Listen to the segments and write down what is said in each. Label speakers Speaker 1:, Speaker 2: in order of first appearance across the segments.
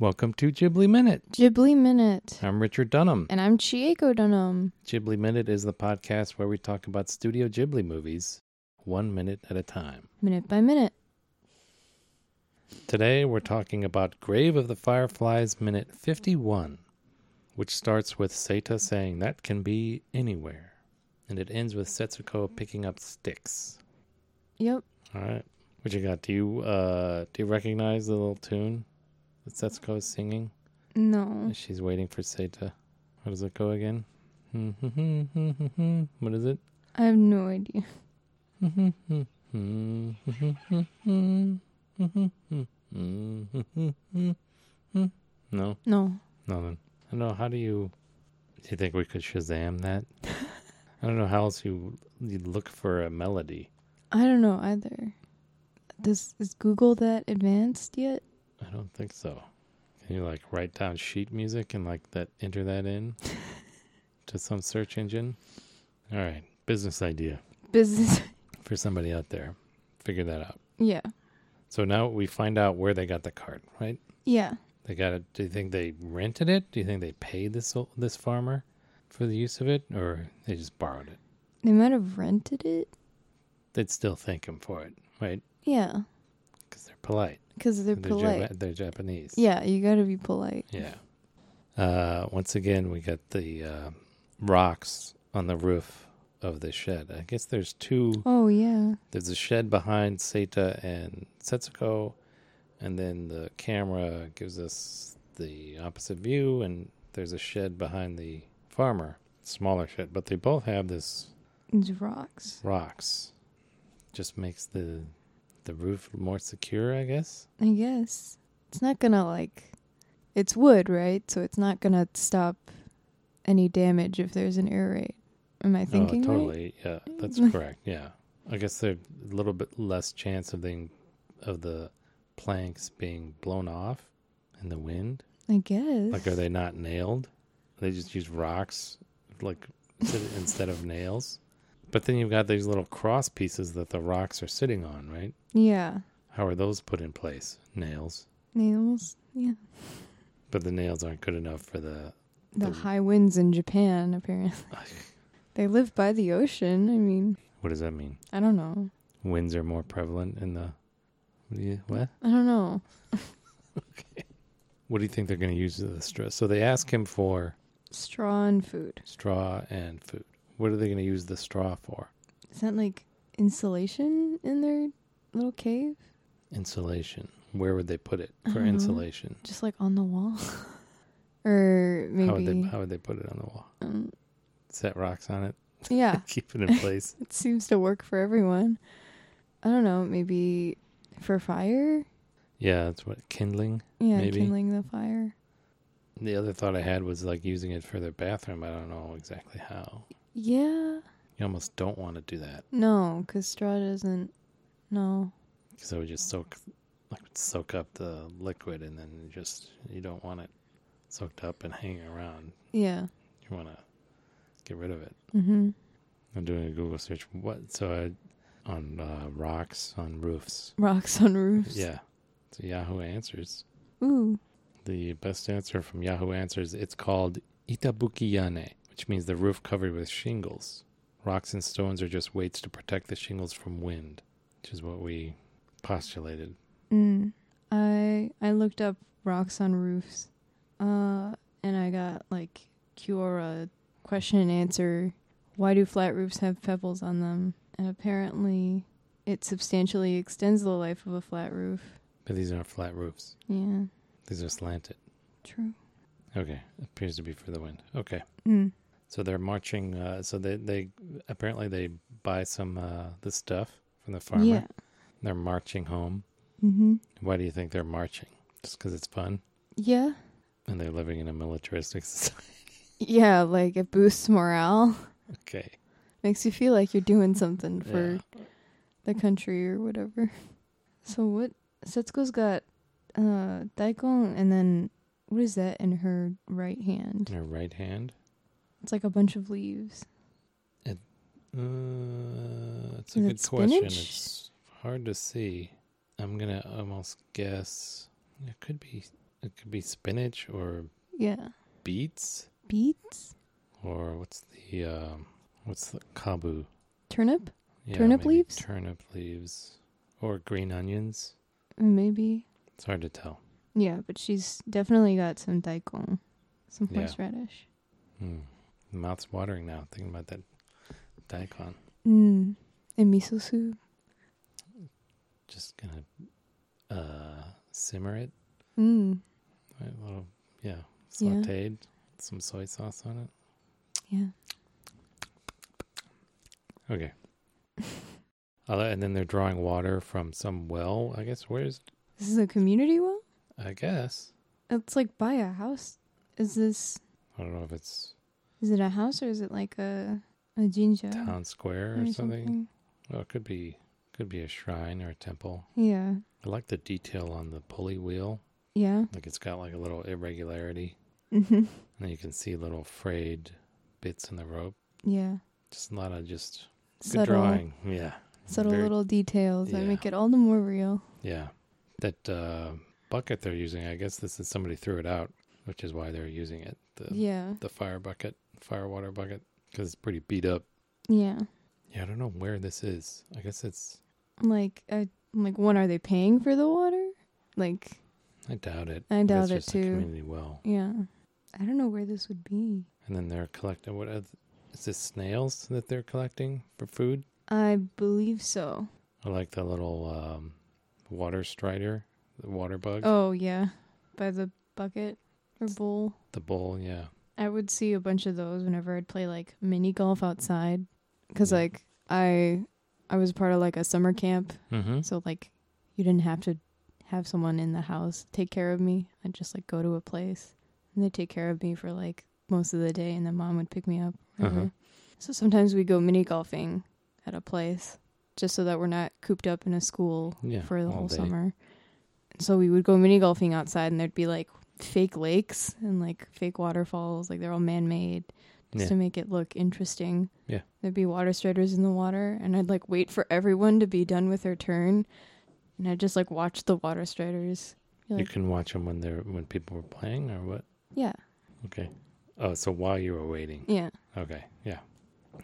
Speaker 1: Welcome to Ghibli Minute.
Speaker 2: Ghibli Minute.
Speaker 1: I'm Richard Dunham.
Speaker 2: And I'm Chieko Dunham.
Speaker 1: Ghibli Minute is the podcast where we talk about Studio Ghibli movies one minute at a time.
Speaker 2: Minute by minute.
Speaker 1: Today we're talking about Grave of the Fireflies Minute 51, which starts with Seta saying that can be anywhere. And it ends with Setsuko picking up sticks.
Speaker 2: Yep.
Speaker 1: All right. What you got? Do you uh do you recognize the little tune that Setsuko is singing?
Speaker 2: No.
Speaker 1: As She's waiting for Seta. How does it go again? What is it?
Speaker 2: I have no idea.
Speaker 1: No,
Speaker 2: No.
Speaker 1: nothing. I don't know. How do you? Do you think we could Shazam that? I don't know how else you you look for a melody.
Speaker 2: I don't know either. Does is Google that advanced yet?
Speaker 1: I don't think so. Can you like write down sheet music and like that enter that in to some search engine? All right, business idea.
Speaker 2: Business
Speaker 1: for somebody out there. Figure that out.
Speaker 2: Yeah.
Speaker 1: So now we find out where they got the cart, right?
Speaker 2: Yeah.
Speaker 1: They got it. Do you think they rented it? Do you think they paid this this farmer for the use of it, or they just borrowed it?
Speaker 2: They might have rented it.
Speaker 1: They'd still thank him for it, right?
Speaker 2: Yeah.
Speaker 1: Because they're polite.
Speaker 2: Because they're polite.
Speaker 1: Jap- they're Japanese.
Speaker 2: yeah, you gotta be polite.
Speaker 1: Yeah. Uh, once again, we got the uh, rocks on the roof of the shed. I guess there's two.
Speaker 2: Oh yeah.
Speaker 1: There's a shed behind Seta and Setsuko, and then the camera gives us the opposite view, and there's a shed behind the farmer, smaller shed, but they both have this
Speaker 2: It's rocks.
Speaker 1: rocks. Just makes the the roof more secure, I guess.
Speaker 2: I guess. It's not gonna like it's wood, right? So it's not gonna stop any damage if there's an air raid. Am I thinking
Speaker 1: oh,
Speaker 2: right?
Speaker 1: totally. Yeah, that's correct. Yeah, I guess there's a little bit less chance of the of the planks being blown off in the wind.
Speaker 2: I guess.
Speaker 1: Like, are they not nailed? They just use rocks, like instead instead of nails. But then you've got these little cross pieces that the rocks are sitting on, right?
Speaker 2: Yeah.
Speaker 1: How are those put in place? Nails.
Speaker 2: Nails. Yeah.
Speaker 1: But the nails aren't good enough for the.
Speaker 2: The
Speaker 1: The-
Speaker 2: high winds in Japan, apparently. They live by the ocean. I mean,
Speaker 1: What does that mean?
Speaker 2: I don't know.
Speaker 1: Winds are more prevalent in the. What do you what?
Speaker 2: I don't know.
Speaker 1: What do you think they're going to use the straw? So they ask him for
Speaker 2: Straw and food.
Speaker 1: straw and food. What are they going to use the straw for?
Speaker 2: Is that like insulation in their little cave?
Speaker 1: Insulation. Where would they put it for
Speaker 2: Uh-huh.
Speaker 1: insulation?
Speaker 2: Just like on the wall? or
Speaker 1: How would they
Speaker 2: maybe.
Speaker 1: How would they put it on the wall?
Speaker 2: um,
Speaker 1: set rocks on it,
Speaker 2: yeah,
Speaker 1: keep it in place.
Speaker 2: it seems to work for everyone. I don't know. Maybe for fire?
Speaker 1: yeah, that's what kindling.
Speaker 2: Yeah,
Speaker 1: Maybe.
Speaker 2: kindling the fire.
Speaker 1: The other thought I had was like using it for their bathroom. I don't know exactly how.
Speaker 2: Yeah.
Speaker 1: You almost don't want to do that
Speaker 2: No, because straw doesn't. No.
Speaker 1: because it would just soak, like soak up the liquid, and then you just you don't want it soaked up and hanging around.
Speaker 2: Yeah.
Speaker 1: You want to get rid of it.
Speaker 2: Mm-hmm.
Speaker 1: I'm doing a Google search. What? So I on uh, rocks on roofs.
Speaker 2: Rocks on roofs.
Speaker 1: Yeah. So Yahoo Answers.
Speaker 2: Ooh.
Speaker 1: The best answer from Yahoo Answers it's called itabukiyane, which means the roof covered with shingles. Rocks and stones are just weights to protect the shingles from wind, which is what we postulated.
Speaker 2: Mm. I I looked up rocks on roofs, uh, and I got like Kiora question and answer. Why do flat roofs have pebbles on them? And apparently, it substantially extends the life of a flat roof.
Speaker 1: But these aren't flat roofs,
Speaker 2: Yeah.
Speaker 1: these are slanted.
Speaker 2: True.
Speaker 1: Okay, appears to be for the wind. Okay.
Speaker 2: Mm.
Speaker 1: So they're marching. Uh, so they, they apparently they buy some uh, the stuff from the farmer.
Speaker 2: Yeah.
Speaker 1: They're marching home.
Speaker 2: Mm-hmm.
Speaker 1: Why do you think they're marching? Just because it's fun,
Speaker 2: Yeah.
Speaker 1: and they're living in a militaristic society.
Speaker 2: Yeah. Like it boosts morale.
Speaker 1: Okay.
Speaker 2: Makes you feel like you're doing something for
Speaker 1: Yeah.
Speaker 2: the country or whatever. So what Setsuko's got uh daikon and then what is that in her right hand?
Speaker 1: In her right hand.
Speaker 2: It's like a bunch of leaves.
Speaker 1: Uh, it's a
Speaker 2: Is it
Speaker 1: good question.
Speaker 2: spinach?
Speaker 1: It's hard to see. I'm gonna almost guess. It could be It could be spinach or
Speaker 2: Yeah.
Speaker 1: beets
Speaker 2: Beets?
Speaker 1: or what's the um, what's the kabu?
Speaker 2: Turnip?
Speaker 1: Yeah,
Speaker 2: Turnip
Speaker 1: maybe
Speaker 2: leaves?
Speaker 1: Turnip leaves or green onions.
Speaker 2: Maybe.
Speaker 1: It's hard to tell.
Speaker 2: Yeah, but she's definitely got some daikon, some
Speaker 1: Yeah.
Speaker 2: horseradish.
Speaker 1: Mm. Mouth's watering now thinking about that daikon.
Speaker 2: Mm. And miso soup.
Speaker 1: Just gonna uh, simmer it
Speaker 2: Mm.
Speaker 1: a little, yeah,
Speaker 2: Yeah.
Speaker 1: sautéed, some soy sauce on it.
Speaker 2: Yeah.
Speaker 1: Okay. Uh, and then they're drawing water from some well. I guess where's
Speaker 2: This is a community well?
Speaker 1: I guess
Speaker 2: It's like by a house. Is this
Speaker 1: I don't know if it's
Speaker 2: is it a house or is it like a a jinja
Speaker 1: town square or, something. Oh, it could be could be a shrine or a temple.
Speaker 2: Yeah.
Speaker 1: I like the detail on the pulley wheel.
Speaker 2: Yeah.
Speaker 1: Like it's got like a little irregularity,
Speaker 2: hmm
Speaker 1: and you can see little frayed bits in the rope.
Speaker 2: Yeah.
Speaker 1: Just a lot of just good
Speaker 2: subtle
Speaker 1: drawing. Yeah,
Speaker 2: subtle
Speaker 1: Very-
Speaker 2: little details that
Speaker 1: yeah.
Speaker 2: make it all the more real.
Speaker 1: yeah. That uh, bucket they're using, I guess this is somebody threw it out, which is why they're using it. The
Speaker 2: yeah.
Speaker 1: the fire bucket, fire water bucket, because it's pretty beat up.
Speaker 2: Yeah.
Speaker 1: Yeah, I don't know where this is. I guess it's.
Speaker 2: Like I like when are they paying for the water? Like
Speaker 1: I doubt it.
Speaker 2: I
Speaker 1: That's
Speaker 2: doubt it,
Speaker 1: just a
Speaker 2: too.
Speaker 1: community well,
Speaker 2: yeah. I don't know where this would be.
Speaker 1: and then they're collecting. What are th- is this? Snails that they're collecting for food.
Speaker 2: I believe so.
Speaker 1: I like the little um, water strider, the water bug,
Speaker 2: Oh yeah. By the bucket or bowl.
Speaker 1: the bull. Yeah,
Speaker 2: I would see a bunch of those whenever I'd play like mini golf outside cuz
Speaker 1: Yeah.
Speaker 2: like I I was part of like a summer camp,
Speaker 1: mm-hmm.
Speaker 2: so like you didn't have to have someone in the house take care of me. I'd just like go to a place and they take care of me for like most of the day and then mom would pick me up. or whatever.
Speaker 1: Uh-huh.
Speaker 2: So sometimes we go mini golfing at a place just so that we're not cooped up in a school
Speaker 1: yeah,
Speaker 2: for the
Speaker 1: all
Speaker 2: whole
Speaker 1: day.
Speaker 2: summer. So we would go mini golfing outside, and there'd be like fake lakes and like fake waterfalls, like they're all man made, just
Speaker 1: Yeah.
Speaker 2: to make it look interesting.
Speaker 1: Yeah.
Speaker 2: there'd be water striders in the water, and I'd like wait for everyone to be done with their turn, and I'd just like watch the water striders. Be
Speaker 1: You
Speaker 2: Like,
Speaker 1: can watch them when they're when people were playing or what.
Speaker 2: yeah,
Speaker 1: Okay. Oh, so while you were waiting.
Speaker 2: yeah,
Speaker 1: Okay. Yeah.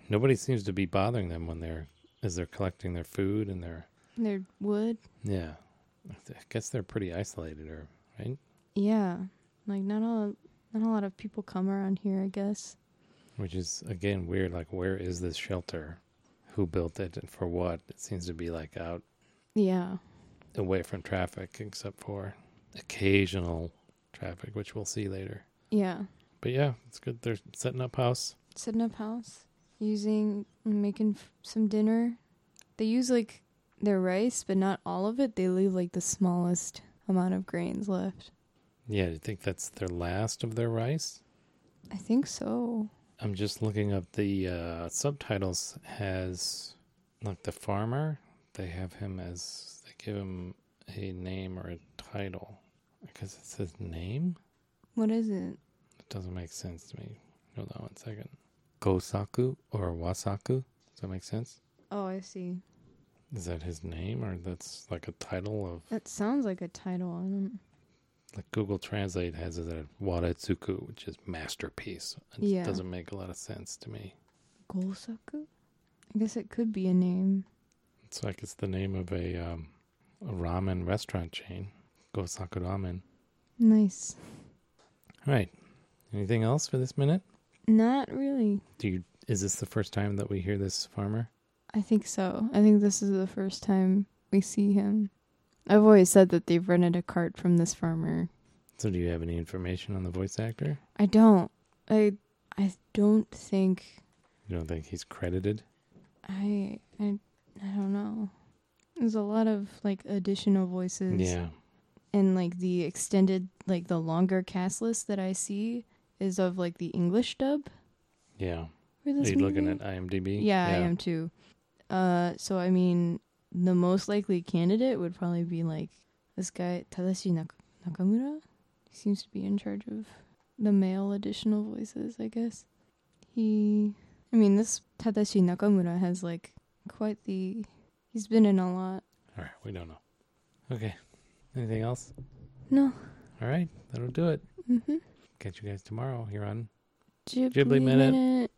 Speaker 1: Nobody seems to be bothering them when they're as they're collecting their food and they're
Speaker 2: there would,
Speaker 1: yeah. I th- I guess they're pretty isolated or right.
Speaker 2: yeah, like not a not a lot of people come around here, I guess.
Speaker 1: Which is again weird. Like, where is this shelter? Who built it and for what? It seems to be like out
Speaker 2: Yeah,
Speaker 1: away from traffic, except for occasional traffic, which we'll see later.
Speaker 2: yeah.
Speaker 1: But yeah, it's good. They're setting up house.
Speaker 2: setting up house, using making f- some dinner. They use like their rice, but not all of it. They leave like the smallest amount of grains left.
Speaker 1: Yeah, do you think that's their last of their rice?
Speaker 2: I think so.
Speaker 1: I'm just looking up the uh, subtitles. Has like the farmer, they have him as they give him a name or a title. Because it says name,
Speaker 2: What is it?
Speaker 1: it doesn't make sense to me. Hold on one second. Gosaku or Wasaku? Does that make sense?
Speaker 2: Oh, I see.
Speaker 1: Is that his name or that's like a title of
Speaker 2: That sounds like a title. I don't-
Speaker 1: like Google Translate has it at Wadatsuku, which is masterpiece. It
Speaker 2: Yeah.
Speaker 1: doesn't make a lot of sense to me.
Speaker 2: Gosaku? I guess it could be a name.
Speaker 1: It's like it's the name of a, um, a ramen restaurant chain, Gosaku Ramen.
Speaker 2: Nice.
Speaker 1: All right. Anything else for this minute?
Speaker 2: Not really.
Speaker 1: Do you? Is this the first time that we hear this farmer?
Speaker 2: I think so. I think this is the first time we see him. I've always said that they've rented a cart from this farmer
Speaker 1: So, do you have any information on the voice actor?
Speaker 2: I don't. I I don't think
Speaker 1: You don't think he's credited?
Speaker 2: I I I don't know. There's a lot of like additional voices
Speaker 1: Yeah.
Speaker 2: and like the extended like the longer cast list that I see is of like the English dub
Speaker 1: Yeah.
Speaker 2: for
Speaker 1: Are
Speaker 2: this
Speaker 1: you looking at
Speaker 2: movie.
Speaker 1: IMDb?
Speaker 2: yeah, I am too. Uh so I mean the most likely candidate would probably be like this guy Tadashi Nak- Nakamura. He seems to be in charge of the male additional voices, I guess. He I mean this Tadashi Nakamura has like quite the he's been in a lot.
Speaker 1: All right. We don't know. Okay. Anything else?
Speaker 2: No.
Speaker 1: All All right, that'll do it.
Speaker 2: Mm-hmm.
Speaker 1: Catch you guys tomorrow here on
Speaker 2: Ghibli,
Speaker 1: Ghibli Minute.